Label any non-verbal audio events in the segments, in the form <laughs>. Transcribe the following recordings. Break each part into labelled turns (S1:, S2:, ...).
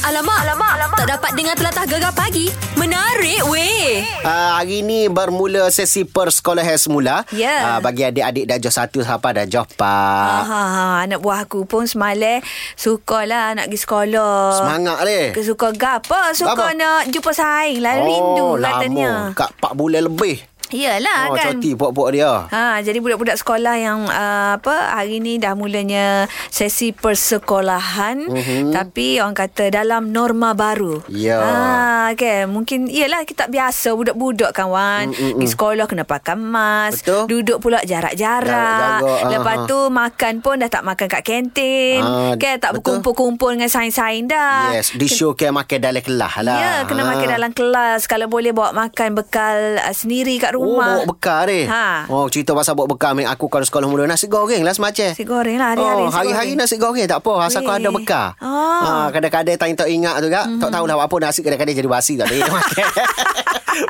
S1: Alamak, alamak, alamak. Tak dapat dengar telatah gegar pagi. Menarik weh.
S2: Uh, hari ini bermula sesi persekolahan semula.
S3: Ya.
S2: Ah, bagi adik-adik darjah satu sampai darjah empat.
S3: Ha, anak buah aku pun semalam sukalah nak pergi sekolah.
S2: Semangat leh.
S3: Ke Suka gapa? Suka
S2: eh? Apa?
S3: nak jumpa saing lah.
S2: oh,
S3: Rindu
S2: Lama.
S3: katanya.
S2: Kat 4 bulan lebih.
S3: Yalah
S2: oh,
S3: kan.
S2: cuti buat-buat dia.
S3: Ha, jadi budak-budak sekolah yang uh, apa hari ni dah mulanya sesi persekolahan mm-hmm. tapi orang kata dalam norma baru.
S2: Mhm. Ya.
S3: Ha, kan mungkin iyalah kita tak biasa budak-budak kawan. Mm, Pergi sekolah kena pakai mask,
S2: Betul.
S3: duduk pula jarak-jarak.
S2: Jarak-jarak, ha,
S3: Lepas
S2: ha.
S3: tu makan pun dah tak makan kat kantin.
S2: Ah,
S3: kan tak
S2: betul.
S3: berkumpul-kumpul dengan sain-sain dah.
S2: Yes, disyorkan makan dalam kelas lah.
S3: Ah. Ya, kena
S2: Ah.
S3: makan dalam kelas. Kalau boleh bawa makan bekal uh, sendiri kat
S2: Oh,
S3: rumah.
S2: bawa bekal ni.
S3: Ha.
S2: Oh, cerita pasal bawa bekal ni. Aku kalau sekolah mula nasi goreng lah semacam.
S3: Nasi goreng lah hari-hari
S2: Oh,
S3: nasi
S2: hari-hari
S3: goreng.
S2: nasi goreng tak apa. Asal kau
S3: Weh.
S2: ada bekal.
S3: Ah. Mhm.
S2: Ha, kadang-kadang tak tak ingat tu kak. Tak tahulah buat apa nasi kadang-kadang jadi basi tak ada
S3: <laughs>
S2: yang <laughs> makan.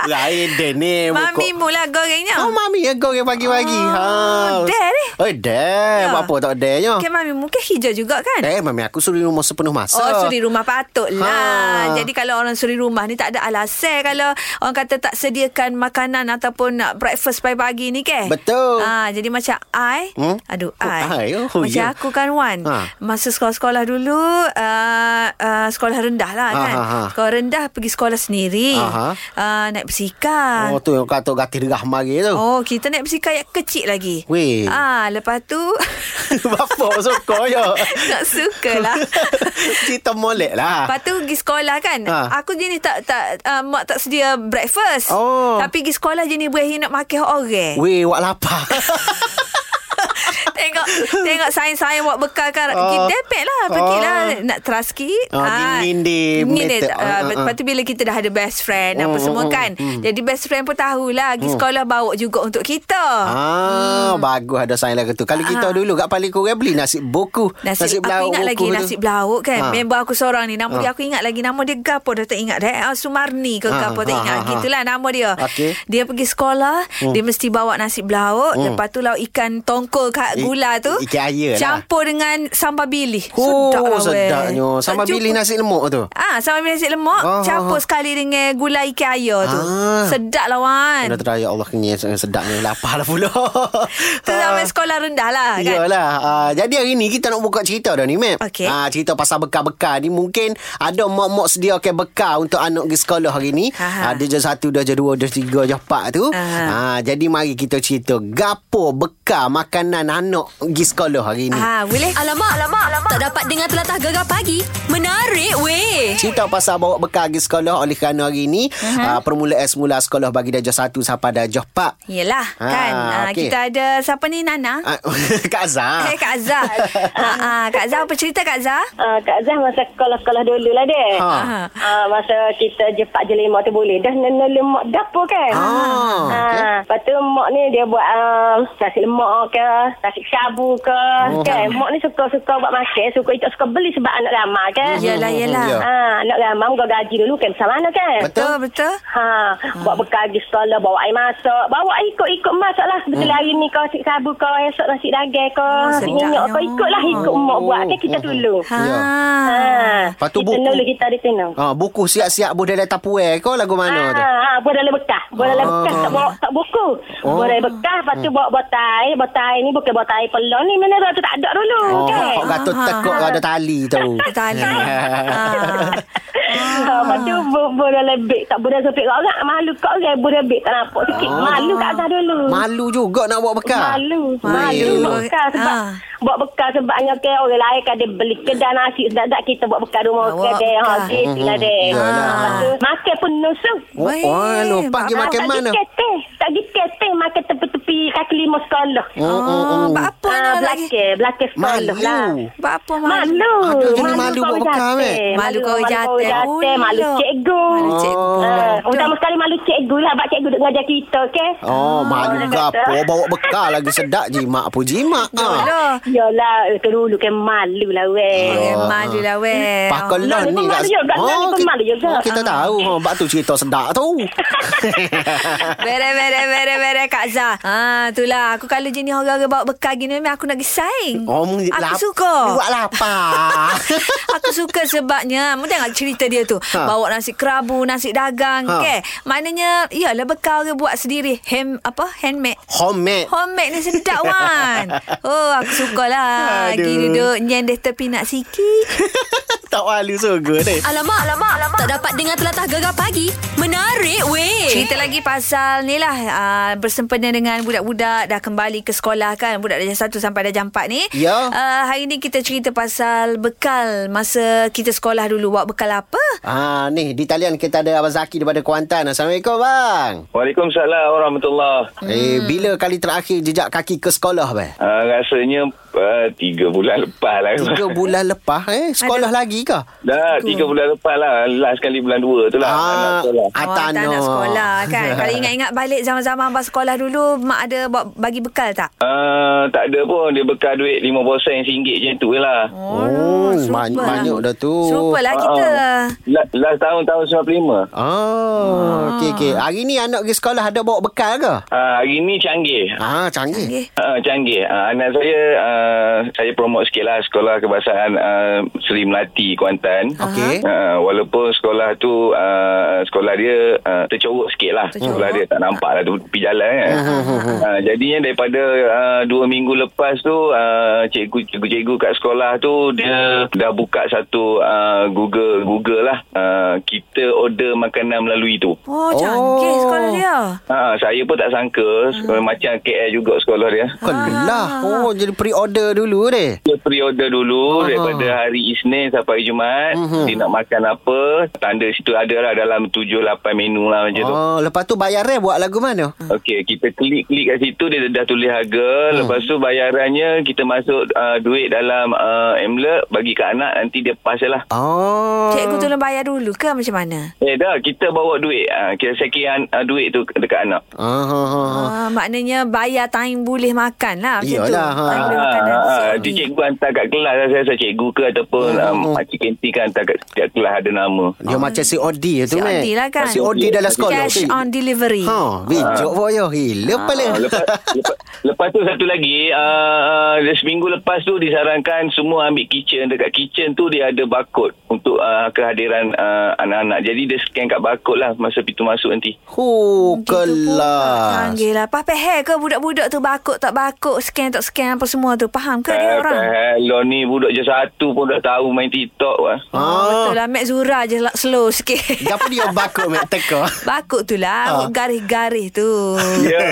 S2: Lain dia ni. muka-
S3: Mami mula gorengnya.
S2: Oh, mami yang goreng pagi-pagi.
S3: Oh,
S2: ha.
S3: dare ni.
S2: Oh,
S3: Ya.
S2: dare. Buat apa tak dare nya.
S3: Okay, Mami mungkin hijau juga kan?
S2: Eh, mami aku suri rumah sepenuh masa.
S3: Oh, suri rumah patut lah.
S2: Ha.
S3: Jadi kalau orang suri rumah ni tak ada alasan kalau orang kata tak sediakan makanan ataupun nak breakfast pagi-pagi ni ke?
S2: Betul.
S3: Ha, jadi macam I,
S2: Hmm?
S3: aduh
S2: Oh, I.
S3: I.
S2: Oh,
S3: macam
S2: ya.
S3: aku kan Wan.
S2: Ha.
S3: Masa sekolah-sekolah dulu, uh, uh, sekolah rendah lah
S2: Ha,
S3: kan.
S2: ha, ha.
S3: Sekolah rendah pergi sekolah sendiri.
S2: Aha.
S3: Uh, naik bersikar.
S2: Oh, tu yang kata gatih derah mari tu.
S3: Oh, kita naik bersikar yang kecil lagi.
S2: Weh.
S3: Ah, lepas tu
S2: <laughs>
S3: <laughs>
S2: Bapa suka ya.
S3: tak suka lah.
S2: <laughs> Cerita molek lah.
S3: Lepas tu pergi sekolah kan.
S2: Ha.
S3: Aku jenis tak tak uh, mak tak sedia breakfast.
S2: Oh.
S3: Tapi pergi sekolah jenis boleh nak makan hak orang.
S2: Weh, awak lapar.
S3: <laughs> tengok tengok sain-sain buat bekal kan.
S2: Oh.
S3: Kita depek lah. Pergilah
S2: Oh.
S3: nak trust sikit.
S2: Oh, gindin-gindin,
S3: Gindin.
S2: method. Ah, ah,
S3: Uh, Lepas tu bila kita dah ada best friend apa
S2: Hmm,
S3: semua
S2: hmm,
S3: kan. Jadi best friend pun tahulah. Pergi sekolah bawa juga untuk kita. Hmm.
S2: Ah, bagus ada sains lagu tu. Kalau kita dulu kat paling kurang beli nasi buku,
S3: Ah. Nasi, nasi aku ingat lagi
S2: buku tu.
S3: nasi belauk kan.
S2: Ha.
S3: Ha. Member aku seorang ni nama
S2: Ha.
S3: ha. dia aku ingat lagi nama dia gapo dah tak ingat dah. Ah, Sumarni ke
S2: Ha,
S3: ha. gapo tak
S2: ha,
S3: ingat.
S2: ha, ha.
S3: Gitulah nama dia.
S2: Okey.
S3: Dia pergi sekolah, hmm. dia mesti bawa nasi belauk, hmm. lepas tu lauk ikan tongkol kat
S2: I-
S3: gula tu.
S2: ikan air lah.
S3: Campur dengan sambal bilih.
S2: Oh,
S3: Sedap lah, weh.
S2: sedapnya. Sama
S3: Tak jumpa.
S2: pilih nasi lemak tu.
S3: Ah, sambal bilis lemak
S2: Ah,
S3: oh, campur
S2: ah, ah.
S3: sekali dengan gula ikan air tu.
S2: Ah.
S3: Sedap lah Wan.
S2: Dah try ya Allah kenyang sangat sedapnya lapar lah
S3: <laughs>
S2: pula.
S3: Tu sampai sekolah rendah lah kan.
S2: Yalah. Uh, jadi hari ni kita nak buka cerita dah ni, Mat.
S3: Okey.
S2: Ah, cerita pasal bekal-bekal ni mungkin ada mak-mak sediakan bekal untuk anak pergi sekolah hari ni.
S3: Aha.
S2: Ada je satu, dah je dua, dah je tiga, dah empat tu.
S3: Aha.
S2: Ah, jadi mari kita cerita gapo bekal makanan anak pergi sekolah hari ni.
S3: Ah, boleh.
S1: Alamak, alamak, alamak. Tak dapat dengar telatah gegar pagi. Menarik weh.
S2: Cerita pasal bawa bekal pergi sekolah oleh kerana hari ini uh-huh. uh, permulaan semula sekolah bagi darjah 1 sampai darjah 4.
S3: Yelah
S2: Ah,
S3: kan. Ah,
S2: okey. Ah.
S3: Kita ada siapa ni Nana?
S2: Uh, <laughs> Kak Azhar.
S3: <laughs> Eh, Kak
S2: <laughs>
S3: Azhar. ha, ha, Kak Azhar, apa cerita Kak Azhar? Ah,
S4: Uh, Kak Zah masa sekolah-sekolah dulu lah deh.
S2: Ha.
S4: Ha. Uh, masa kita jepak je lemak tu boleh. Dah nene lemak dapur kan.
S2: Ah,
S4: Ha.
S2: okey.
S4: Lepas tu mak ni dia buat uh, nasi lemak ke, nasi syabu ke.
S2: Oh.
S4: Oh. Kan? Mak ni suka-suka buat makan. Suka tak suka beli sebab anak ramah kan.
S3: Yelah, yelah.
S2: Ya.
S4: Ha, anak ramah kau gaji dulu kan besar mana kan.
S2: Betul.
S3: Betul, betul.
S4: Ha, buat bekal pergi sekolah, bawa air masak. Bawa ikut-ikut masak lah. Sebetul hmm. hari ni kau asyik sabu kau, esok nasi dagang kau,
S3: Oh,
S4: nasi minyak kau.
S3: sedapnya.
S4: Ikutlah ikut mak buat. Kan kita
S2: Oh.
S4: tolong.
S3: Ha.
S2: Ya.
S4: Ha.
S2: Lepas tu
S4: kita
S2: buku-
S4: nolak kita ada tenang.
S2: Ah, buku siap-siap boleh dalam tapuer kau lagu mana tu?
S4: Ah, ah, buat dalam bekas. Buat dalam bekas tak bawa tak buku.
S2: Ah. Oh.
S4: Buat dalam bekas lepas tu bawa botai. Botai ni bukan botai pelon ni mana tu tak ada dulu.
S2: Oh,
S4: kan?
S2: kau
S4: <laughs>
S2: gatot
S3: Ah,
S2: tekok
S4: ah.
S2: ada tali
S3: <laughs>
S2: tu.
S3: Ada
S2: <laughs>
S3: tali. Ah.
S4: Ha, lepas tu bu- budak lebih tak budak sepik kat orang malu kat orang budak lebih tak nampak sikit
S2: Oh.
S4: malu kat atas dulu
S2: Malu juga nak bawa bekal.
S4: Malu. Malu
S2: Weh.
S4: buat bekal sebab
S3: Ah.
S4: buat bekal sebabnya ke orang lain kan dia beli kedai nasi sedap-sedap kita buat bekal rumah
S3: Awak
S4: orang kedai. Ha
S3: bekal.
S4: gitulah deh.
S2: Hmm, yalah.
S4: Ah, Lepas tu, Makan pun nusu.
S2: Oh,
S3: Weh,
S2: oh, lu pagi
S3: bapak
S2: makan
S4: tak
S2: mana?
S4: dikete, tak dikete makan tepi-tepi kaki lima sekolah.
S2: Oh, oh,
S3: Oh,
S2: oh.
S3: buat apa ni
S4: Ah,
S3: lagi?
S4: belakang, belakang sekolah lah.
S2: Malu.
S3: Buat apa malu?
S4: Malu.
S2: Aduh, jenis malu
S4: kau
S2: buat bekal,
S4: jatuh.
S2: weh.
S3: Malu kau
S4: kau
S3: jatuh.
S4: jatuh, Malu
S3: Pula.
S4: cikgu.
S3: Malu cikgu.
S4: Ah,
S3: Betul.
S4: Utama sekali malu cikgu lah. Sebab cikgu duk ngajar kita, okey?
S3: Ah.
S2: Oh, malu
S4: Orang
S2: gapo
S4: kata.
S2: bawa bekal lagi sedap jimat puji mak. Ah.
S3: Alah.
S4: Yolah, itu dulu kan malu lah
S2: Ya.
S4: weh.
S2: Oh.
S3: Orang malu lah weh.
S2: Hmm,
S3: <laughs>
S2: Pakolon
S4: Malu
S2: ni lah.
S4: pun malu juga, malu pun
S2: ki-
S4: malu juga.
S2: oh, kita
S4: Ah.
S3: <laughs>
S2: tahu. Ha, bak tu cerita sedap tu.
S3: Bere, bere, bere, bere Kak Zah. Ha, Ah, itulah. Aku kalau jenis orang-orang bawa bekal gini memang aku nak gesai.
S2: Oh, mu-
S3: aku
S2: lap-
S3: suka.
S2: Buat lapar. <laughs>
S3: aku suka sebabnya Mu tengok cerita dia tu
S2: Ha.
S3: ha. Bawa nasi kerabu Nasi dagang
S2: Ha.
S3: ha. okay. Maknanya Yalah bekal dia buat sendiri Ham, apa Handmade <laughs>
S2: Homemade.
S3: Homemade ni sedap
S2: <laughs>
S3: Wan Oh aku suka lah
S2: Aduh.
S3: Lagi duduk Nyendeh tepi nak sikit
S2: tak malu suka ni.
S1: Alamak, alamak, alamak. Tak dapat dengar telatah gegar pagi. Menarik weh.
S3: Cerita lagi pasal ni lah uh, Bersempena dengan budak-budak Dah kembali ke sekolah kan Budak darjah 1 sampai darjah 4 ni
S2: Ya.
S3: uh, Hari ni kita cerita pasal Bekal Masa kita sekolah dulu Buat bekal apa
S2: Ah ni di talian kita ada Abang Zaki daripada Kuantan. Assalamualaikum bang.
S5: Waalaikumsalam warahmatullahi
S2: Hmm. Eh bila kali terakhir jejak kaki ke sekolah bang?
S5: uh, Rasanya uh, Tiga bulan <laughs> lepas lah
S3: <laughs>
S2: Tiga bulan lepas eh sekolah lagi ke?
S5: Dah tiga bulan lepas lah Last kali bulan dua tu lah anak sekolah.
S2: ah,
S3: Awak tak nak sekolah kan Kalau ingat-ingat balik Zaman-zaman abang sekolah dulu Mak ada buat, bagi bekal tak?
S5: Uh, tak ada pun Dia bekal duit RM5 RM1 je tu je lah
S2: Oh, banyak-
S3: serupa lah.
S2: banyak dah tu. Ah.
S3: Serupa lah kita
S5: La- Last tahun Tahun 95
S3: Ah.
S2: Oh, Ah, okey okey. Hari ni anak pergi sekolah ada bawa bekal ke?
S5: uh, Hari ni canggih
S2: Ah, canggih.
S3: Okey.
S5: Uh, canggih. Uh, anak saya, uh, saya promote sikit lah sekolah kebahasaan uh, Seri Melati, Kuantan.
S2: Okey.
S5: Uh, walaupun sekolah tu, uh, sekolah dia uh, tercorok sikit lah.
S3: Tercorok.
S5: Sekolah dia tak nampak lah tu tepi jalan kan. uh, jadinya daripada uh, dua minggu lepas tu, uh, cikgu- cikgu-cikgu kat sekolah tu, dia dah buka satu uh, Google, Google lah. Uh, kita order makanan melalui tu.
S3: Oh canggih
S2: Oh.
S3: sekolah dia
S5: Ha, saya pun tak sangka uh. macam KL juga sekolah dia.
S2: Kelah.
S3: Ah.
S2: Oh, jadi pre-order dulu deh.
S5: Dia pre-order dulu daripada hari Isnin sampai hari Jumaat. Dia nak makan apa, tanda situ ada lah dalam 7-8 menu lah macam tu.
S2: Oh, lepas tu bayar eh buat lagu mana?
S3: Hmm.
S5: Okey, kita klik-klik kat situ, dia dah tulis harga. Lepas tu bayarannya, kita masuk uh, duit dalam uh, Amlet, bagi ke anak, nanti dia pas je lah.
S2: Oh.
S3: Cikgu tolong bayar dulu ke macam mana?
S5: Eh dah, kita bawa duit. Uh, kita sekian uh, duit tu dekat anak.
S2: Ah, ah, ah.
S3: Ah, maknanya bayar time boleh makan lah macam
S2: Iyalah,
S3: tu.
S2: ha.
S3: Time boleh makan dan
S5: Ah, ah,
S3: sedih.
S5: dia cikgu hantar kat kelas lah. Saya rasa cikgu ke ataupun um, Makcik Kenti kan hantar kat setiap kelas ada nama.
S2: Dia macam si Odi tu
S3: Ah. Si
S2: meh.
S3: Odi lah kan.
S2: Si Odi dalam sekolah.
S3: Cash on delivery.
S2: eh. Ha, bijak boyo hila pala.
S5: Ah, lepas, lepas, lepas tu satu lagi uh, Seminggu lepas tu disarankan Semua ambil kitchen Dekat kitchen tu Dia ada barcode Untuk uh, kehadiran uh, Anak-anak Jadi dia scan kat barcode lah Masa pintu masuk nanti
S2: <laughs> Hu kelas.
S3: Canggih lah. Apa peher ke budak-budak tu bakuk tak bakuk, scan tak scan apa semua tu. Faham ke dia orang?
S5: Hello Ah, ni budak je satu pun dah tahu main TikTok lah.
S3: Oh, betul lah. Mek Zura je lah, slow sikit.
S2: Ah. <laughs> Siapa dia bakut mek teka?
S3: bakuk tu lah.
S2: Ah.
S3: Garis-garis tu. <laughs>
S5: Ya,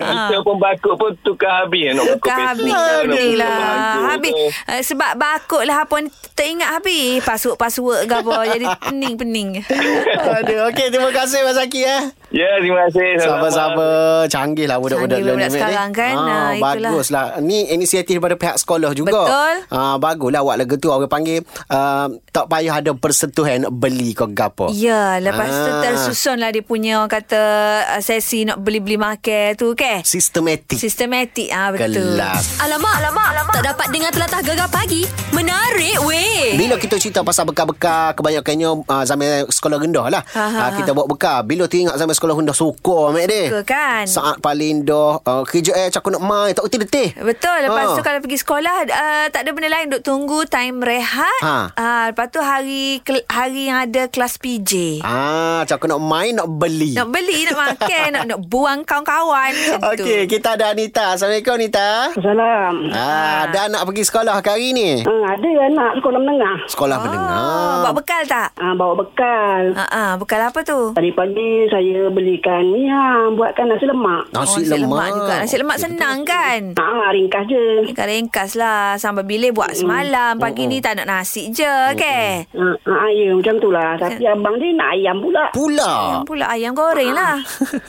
S5: kita pun bakut pun tukar habis nak bakut
S3: Ah. Tukar
S5: Facebook,
S3: habis
S5: nak
S3: Habis
S5: bakut
S3: lah
S5: barcode
S3: Habis
S5: tu.
S3: eh, Sebab bakut lah Apa ni, teringat habis Password-password ke apa Jadi pening-pening
S2: <laughs> Aduh, okey terima kasih Mas Zaki eh.
S5: Ya, terima kasih.
S2: Sama-sama. Canggih lah budak-budak
S3: Canggih budak-budak
S2: ni, Mat,
S3: sekarang kan.
S2: Ah,
S3: Ah, itulah.
S2: baguslah. Ni inisiatif daripada pihak sekolah juga.
S3: Betul.
S2: Ah, baguslah awak lagu tu orang panggil ah, tak payah ada persentuhan nak beli ke gapo.
S3: Ya, lepas tu
S2: Ah.
S3: tersusun lah dia punya orang kata uh, sesi nak beli-beli makan tu ke?
S2: Sistematik.
S3: Sistematik ah betul.
S2: Kelas.
S1: Alamak, alamak, alamak. Tak dapat dengar telatah gegar pagi. Menarik weh.
S2: Bila kita cerita pasal bekal-bekal Kebanyakannya uh, zaman sekolah rendah lah
S3: ha,
S2: uh, Kita buat bekal Bila tu ingat zaman sekolah rendah Suka amat dia
S3: Suka kan?
S2: Saat paling dah uh, Kerja eh cakap nak main Tak letih-letih
S3: Betul. Lepas
S2: Ah.
S3: tu kalau pergi sekolah uh, tak ada benda lain duk tunggu time rehat.
S2: Ha.
S3: Ah, lepas tu hari kel- hari yang ada kelas PJ.
S2: Ah, cakap nak main nak beli
S3: Eh. Nak beli, nak
S2: <laughs>
S3: makan, nak nak buang kawan-kawan macam tu.
S2: Okey, kita ada Anita Assalamualaikum
S3: <laughs>
S2: Anita
S4: Salam.
S2: Ah, ada anak pergi sekolah ke hari ni?
S4: Hmm, ada anak sekolah menengah.
S2: Sekolah oh, menengah
S3: Oh, buat bekal tak?
S4: Ah, bawa bekal.
S3: Ha ah, bekal apa tu?
S4: Tadi pagi saya belikan ni ha, buatkan nasi lemak.
S2: Nasi,
S3: Oh,
S2: lemak
S3: juga. Nasi lemak senang kan?
S4: Ah, ringkas je.
S3: Ringkas-ringkas lah Sambal bilik buat semalam Pagi ni tak nak nasi je ke
S4: Ah, ah, ya macam tu lah. Tapi
S2: Kan.
S4: abang dia nak ayam
S2: <laughs>
S4: pula.
S2: Pula
S3: Pula ayam goreng
S2: <laughs>
S3: lah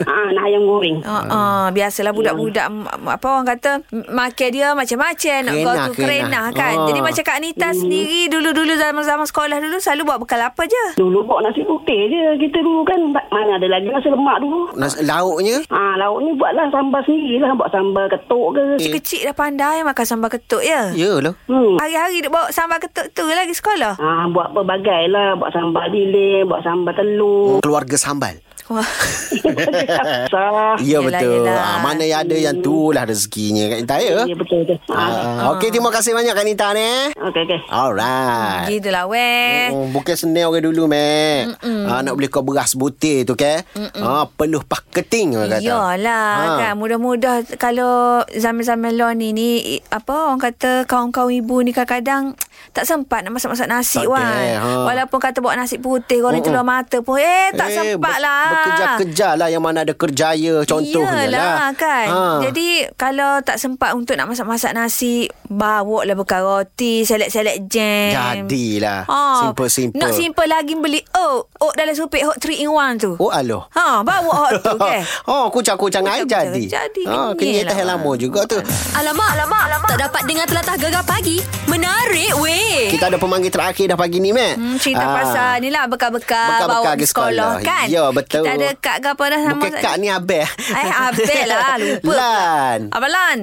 S4: ah, nak ayam goreng.
S3: Uh, uh, biasalah budak-budak m- apa orang kata m- makan dia macam-macam nak
S2: Kerenah,
S3: go tu
S2: kerenah.
S3: kerenah kan.
S2: Ah.
S3: Jadi macam Kak Nita sendiri dulu-dulu zaman-zaman sekolah dulu selalu buat bekal apa je?
S2: Eh.
S4: Dulu bawa nasi putih je kita dulu kan. Mana ada lagi nasi lemak dulu.
S2: Nasi, Lauknya
S4: Ah, lauk ni buatlah sambal sendiri lah. Buat sambal ketuk ke.
S2: Eh.
S3: Kecil dah pandai makan sambal ketuk ya.
S2: Yelah
S4: Hmm.
S3: Hari-hari duk bawa sambal ketuk tu lagi sekolah. Oh.
S2: <laughs>
S4: Ah, buat pelbagai lah. Buat sambal lilin, buat sambal telur.
S2: Keluarga sambal
S3: Wah.
S2: <laughs>
S4: Sah.
S2: Ya
S3: Ah, Yelah,
S2: betul.
S3: yelah.
S2: Ha, mana yang ada yang tu lah rezekinya Kak Nita ya.
S4: Ya, betul betul. Ha.
S2: Ah, Okey, terima kasih banyak Kak Nita ni.
S4: Okey okey.
S2: Alright.
S3: <laughs> Gitulah weh.
S2: Ah. Oh, bukan senil orang dulu, Mek. Ha, nak beli kau beras butir tu, ke? Ha, penuh paketing, orang kata. Ah.
S3: Yalah ha. kan mudah-mudah kalau zaman-zaman lon ni ni i- apa orang kata kaum-kaum ibu ni kadang-kadang tak sempat nak masak-masak nasi
S2: Tak
S3: wan.
S2: ada, ha.
S3: Walaupun kata buat nasi putih goreng telur mata pun eh tak sempat
S2: ber-
S3: lah.
S2: Bekerja-kerja lah yang mana ada kerjaya contohnya
S3: Yelah,
S2: lah.
S3: kan. Jadi kalau tak sempat untuk nak masak-masak nasi, bawa lah bekal roti, selet-selet jam. Ha.
S2: Jadilah. lah. Simple-simple.
S3: Oh, Nak simple lagi beli oat. Oat dalam supik hot 3 in 1 tu.
S2: Oh aloh.
S3: Ha, bawa hot
S2: <laughs>
S3: tu ke.
S2: oh, kucang-kucang air
S3: Kucang-kucang
S2: jadi.
S3: jadi,
S2: Ha,
S3: kenyal
S2: kenyal tahan
S3: lah.
S2: lama juga tu.
S1: Alamak, alamak, alamak. Tak dapat dengar telatah gegar pagi. Menarik weh.
S2: Kita ada pemanggil terakhir dah pagi ni, Mek.
S3: Hmm, cerita
S2: Ah.
S3: pasal ni lah bekal-bekal
S2: Bekal-bekal
S3: bawa
S2: pergi
S3: pergi sekolah,
S2: sekolah.
S3: kan.
S2: Ya, betul.
S3: Kita ada kak ke apa dah nama.
S2: Bukan Kak ni Abel.
S3: <laughs> Eh, Abel
S2: <laughs>
S3: lah. Lupa.
S2: Lan.
S3: Abang Lan.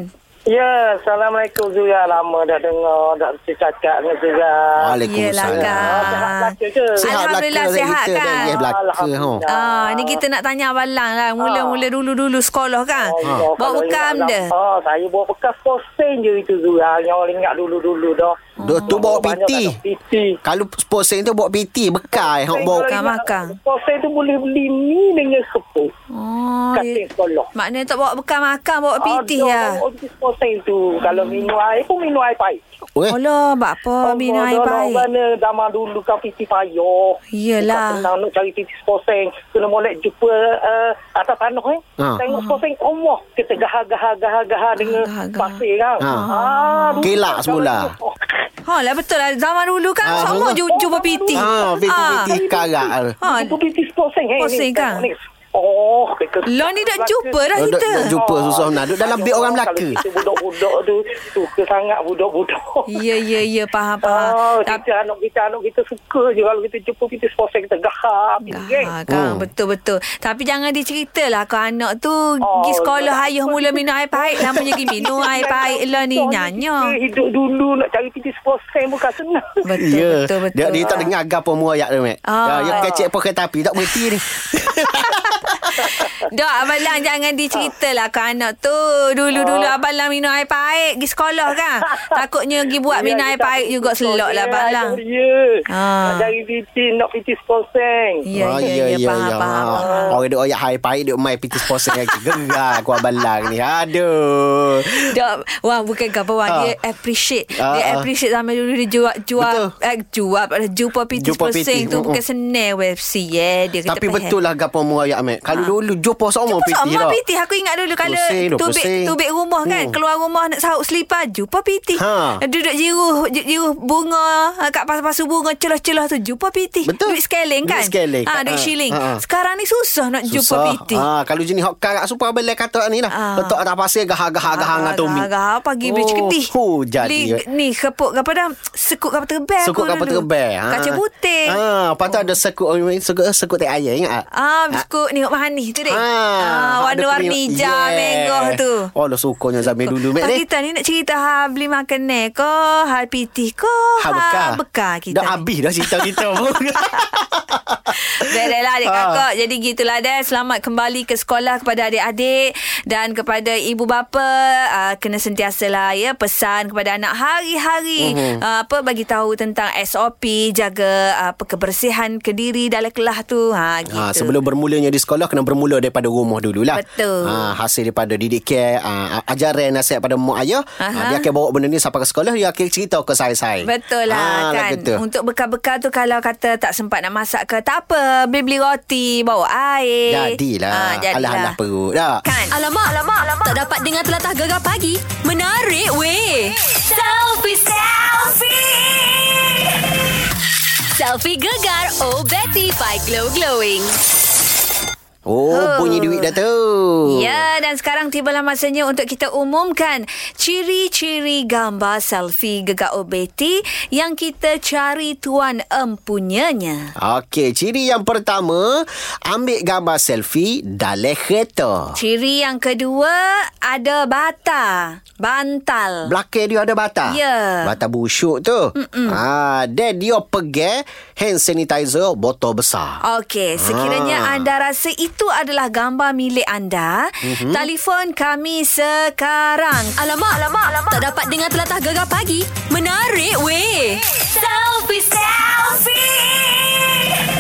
S6: Ya, Assalamualaikum Zura. Lama dah dengar, dah mesti cakap dengan Zura.
S3: Yelah,
S2: Waalaikumsalam.
S3: Kak.
S6: Belaka ke?
S2: Sihat
S3: Alhamdulillah
S2: belaka
S3: sihat
S2: kita
S3: kan.
S2: dah. Ya, belaka. Ho.
S6: Alhamdulillah.
S3: Ah, ni kita nak tanya Abang Lan lah. Mula-mula
S2: Ah.
S3: dulu-dulu sekolah kan.
S6: Allah,
S3: Bawa
S6: kalau
S3: bekam
S6: ingat
S3: dia.
S6: dah- Ah, saya bawa bekas posen je itu Zura. Yang orang ingat dulu-dulu dah.
S2: Dia tu bawa
S6: Banyak
S2: PT.
S6: tak ada PT.
S2: Kalau posing tu bawa PT bekal hok bawa.
S6: Saya kalau
S3: bekam
S6: ingat,
S3: makan.
S6: Posen tu boleh beli mi dengan sepul.
S3: Oh,
S6: Katil sekolah.
S3: Maknanya tak bawa bekal makan, bawa piti ya.
S6: Ada orang posen tu. Kalau minum air pun minum air pahit.
S2: Weh.
S3: Alah, buat apa minum air baik.
S6: Mana zaman dulu kan piti payah.
S3: Yelah.
S6: Bukan senang nak cari piti sepasang. Kena molek jumpa uh, atas tanah eh.
S2: Ha.
S6: Tengok sepasang. Allah. Kita gahar-gahar-gahar-gahar dengan
S3: Gahar-gahar.
S6: pasir kan.
S2: Ha.
S6: Ah, dulu
S2: Kelak
S6: kan
S2: semula.
S6: kalau- Oh,
S3: Ha, lah betul lah. Zaman dulu kan,
S2: Ah,
S3: semua
S2: dulu.
S3: ju- jumpa piti.
S2: Ah, PT-PT karak.
S3: Ha.
S6: Jumpa piti sepasang. eh, ni,
S3: Sepasang kan?
S6: ni. Oh, kita
S3: Lah ni dah jumpa dah
S2: Duk-
S3: kita.
S2: duk jumpa susah nak. Duk dalam beg orang Melaka.
S6: Kalau kita budak-budak tu, suka sangat budak-budak. <laughs>
S3: Ya, ya, ya. Faham, faham.
S6: Oh,
S3: Tapi-
S6: kita anak kita anak kita suka je kalau kita jumpa kita sepasang kita gahar. geng.
S3: Ah, kan,
S2: Hmm.
S3: betul-betul. Tapi jangan diceritalah kalau anak tu
S6: Oh,
S3: pergi sekolah
S6: tak
S3: ayah mula minum air pahit. Namanya pergi
S6: <laughs>
S3: minum air pahit lah ni
S6: Kita
S3: nyanyo.
S6: hidup dulu nak cari kan, titik sepuluh sen bukan senang.
S3: Betul,
S2: Ya.
S3: betul, betul.
S2: Dia, dia tak dengar agak pun muayak tu, Mek.
S3: Ah.
S2: Ah. Ya, kecek pun kereta api. Tak berhenti ni.
S3: Dok, Abang Lang jangan diceritalah ke anak tu. Dulu-dulu
S6: Ah.
S3: Abang Lang minum air pahit, pergi sekolah
S6: <laughs>
S3: kan? Takutnya pergi buat minum air pahit juga selok lah Abang Lang.
S6: Ya.
S3: Ha.
S6: Nak cari titik, nak kan. titik sepuluh sen.
S3: Ya,
S2: Ah,
S3: ya, ya, faham, faham.
S2: Ah. Orang duk oyak hai pahit duk mai piti sponsor lagi. Gerak aku abalang ni. Aduh.
S3: Dok, wah bukan apa wah
S2: Ah.
S3: dia appreciate.
S2: Ah, ah.
S3: Dia appreciate zaman dulu dia jual jual
S2: Betul.
S3: eh, jual eh, jumpa PT
S2: Jumpa
S3: Persing
S2: PT,
S3: tu
S2: mm-mm.
S3: bukan senang web si ya dia kata
S2: Tapi betul lah gapo muayak, Mek. Kalau
S3: Ah.
S2: dulu jumpa semua
S3: Pasal
S2: piti
S3: Mak
S2: dah.
S3: PT Aku ingat dulu Kalau
S2: lah. Pusing, dah
S3: tubik,
S2: pusing.
S3: tubik rumah kan
S2: Hmm.
S3: Keluar rumah nak sahut selipar Jumpa PT
S2: Ha.
S3: Duduk jiruh j- Jiruh bunga eh, Kat pasu-pasu bunga Celah-celah tu Jumpa PT
S2: Betul.
S3: Duit scaling
S2: Duit
S3: kan
S2: scaling.
S3: ha, Duit
S2: Ha,
S3: shilling
S2: ha, ha.
S3: Sekarang ni susah Nak jumpa PT
S2: Ah, kalau jenis hok karak super abel kata ni lah.
S3: Ah.
S2: Letak atas pasir gahar-gahar-gahar dengan tumi.
S3: Agak-agak pagi beli ceketih.
S2: Oh, jadi.
S3: Beli ni kepuk apa dah? Sekut kapal terbang.
S2: Sekut kapal terbang. ha.
S3: Kaca putih.
S2: Ha, lepas tu ada sekut sekut sekut teh air ingat tak?
S3: Ah, biskut ni hok mahani tu dek.
S2: ada
S3: Ah, warna-warni
S2: kering-
S3: hijau merah tu.
S2: Oh, lo sukanya zaman dulu mek ni.
S3: Pak kita ni nak cerita ha beli makan ni ko, ha piti ko,
S2: Ha bekal.
S3: bekal kita.
S2: Dah habis dah cerita kita
S3: <laughs>
S2: pun. <laughs>
S3: Baiklah lah, adik
S2: Ha.
S3: kakak. Jadi gitulah Dad. Selamat kembali ke sekolah kepada adik-adik dan kepada ibu bapa. Uh, kena sentiasalah ya pesan kepada anak hari-hari. Mm-hmm.
S2: Mhm.
S3: Uh, apa bagi tahu tentang SOP, jaga uh, apa kebersihan kediri dalam kelas tu. Ha gitu.
S2: ha, sebelum bermulanya di sekolah kena bermula daripada rumah dululah.
S3: Betul.
S2: Ha, hasil daripada didik care, ha, ajaran nasihat pada mak ayah,
S3: Aha.
S2: ha, dia akan bawa benda ni sampai ke sekolah, dia akan cerita ke Ah, saya-saya.
S3: Betul lah ha, kan.
S2: gitu.
S3: Untuk bekal-bekal tu kalau kata tak sempat nak masak ke tak apa, beli-beli roti, bawa air. Ah,
S2: Jadilah. Ha, Alah-alah perut dah.
S3: Kan.
S1: Alamak, alamak, alamak. Tak dapat dengar telatah gegar pagi. Menarik weh. Selfie, selfie. Selfie gegar Oh Betty by Glow Glowing.
S2: Oh, bunyi duit dah tu.
S1: Oh.
S3: Ya, dan sekarang tibalah masanya untuk kita umumkan ciri-ciri gambar selfie gegak obeti yang kita cari tuan empunyanya.
S2: Okey, ciri yang pertama, ambil gambar selfie dalam kereta.
S3: Ciri yang kedua ada bata, bantal.
S2: Belakang dia ada batal.
S3: Ya.
S2: Batal busuk tu. Ha, dan dia pegang hand sanitizer botol besar.
S3: Okey, sekiranya
S2: Ah.
S3: anda rasa itu Itu adalah gambar milik anda. Mm-hmm. Telefon kami sekarang.
S7: Alamak, alamak, alamak. Tak dapat dengar telatah gegar pagi. Menarik weh. Selfie, selfie.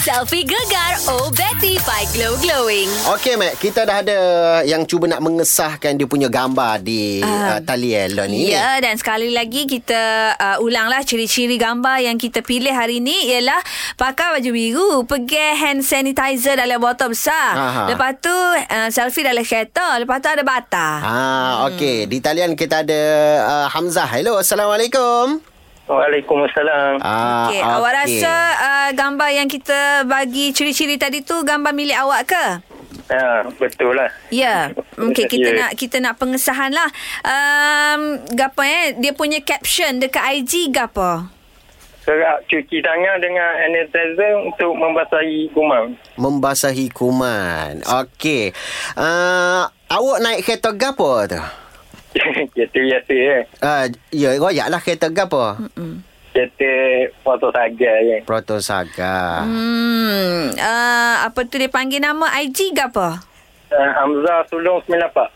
S7: Selfie gegar Oh Betty by Glow Glowing.
S2: Okey, Mac. Kita dah ada yang cuba nak mengesahkan dia punya gambar di uh, uh, talian lah ni.
S3: Ah. Ya, dan sekali lagi kita uh, ulanglah ciri-ciri gambar yang kita pilih hari ni ialah pakai baju biru, pegang hand sanitizer dalam botol besar.
S2: Aha.
S3: Lepas tu uh, selfie dalam kereta, lepas tu ada bata.
S2: Ah,
S3: Hmm.
S2: okey. Di talian kita ada uh, Hamzah. Hello, Assalamualaikum.
S5: Waalaikumsalam.
S2: Ah,
S3: Okey, awak rasa uh, gambar yang kita bagi ciri-ciri tadi tu gambar milik awak ke?
S5: Ya, betul lah.
S3: Ya, okey kita
S5: Ya.
S3: nak kita nak pengesahan lah. Um, gapo eh dia punya caption dekat IG gapo?
S5: Serap cuci tangan dengan sanitizer untuk membasahi kuman.
S2: membasahi kuman. Okey. Uh, awak naik kereta gapo tu?
S5: <laughs> Kereta biasa eh.
S2: Uh, ya, royak lah kereta gapo?
S5: Kereta ya. motor saga je.
S2: Protosaga.
S3: Hmm, uh, apa tu dia panggil nama IG gapo?
S5: Uh, Hamzah Sulung 9 Pak.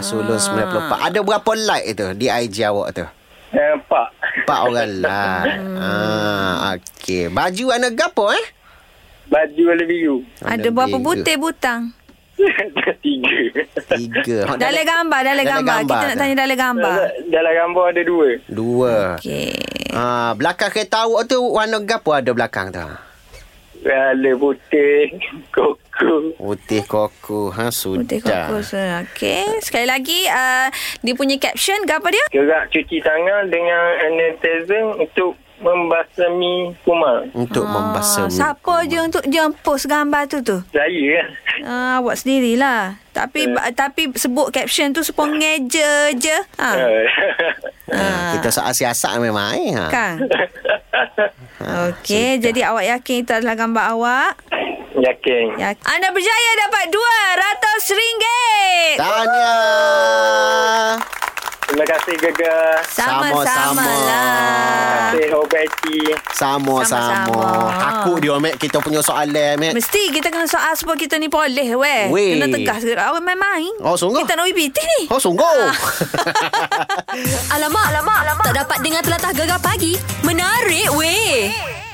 S3: Ah.
S2: Sulun 94. Ada berapa like tu di IG awak tu?
S5: Uh, Pak.
S2: Empat orang like.
S3: Hmm.
S2: Ah, okey. Baju anak gapo eh?
S5: Baju warna biru. <laughs>
S3: Ada berapa
S2: tiga.
S3: butir butang?
S5: Tiga.
S2: Tiga.
S3: <laughs>
S2: Hak
S3: Dalam gambar, dalam gambar. kan? Kita nak
S2: tu.
S3: tanya dalam gambar.
S5: Dalam gambar ada dua.
S2: Dua. Okay.
S3: Okey.
S2: Ah, belakang kereta awak tu warna gapo ada belakang tu?
S5: Ada putih, koko.
S2: Putih koko. Ha, sudah.
S3: Putih kokos. Okey. Sekali lagi uh, dia punya caption gapo dia?
S5: Gerak cuci tangan dengan sanitizer untuk membasmi kuman.
S2: Untuk ah, membasmi.
S3: Siapa je untuk je post gambar tu tu?
S5: Saya kan.
S3: Ah, awak sendirilah. Tapi ba- tapi sebut caption tu sepong ngeja je. Ha.
S5: Eh.
S2: Ah, kita soal siasat memang eh. Ha.
S3: Kan? Okey, jadi awak yakin itu adalah gambar awak?
S5: <laughs> Yakin.
S3: Yakin. Anda berjaya dapat RM200.
S2: Tanya.
S5: Terima kasih Gegar.
S2: Sama-sama.
S3: Sama-sama lah.
S5: Terima kasih Obeti.
S2: Sama-sama.
S3: Sama-sama.
S2: Aku dia, Mek. Kita punya soalan, Mek.
S3: Mesti kita kena soal sebab kita ni boleh weh.
S2: Eh. Weh.
S3: Kena tegas ke awak main-main.
S2: Oh, sungguh?
S3: Kita Ah. nak UBT ni.
S2: Oh, sungguh. <laughs>
S7: Alamak, alamak, alamak. Tak dapat dengar telatah gegar pagi. Menarik weh.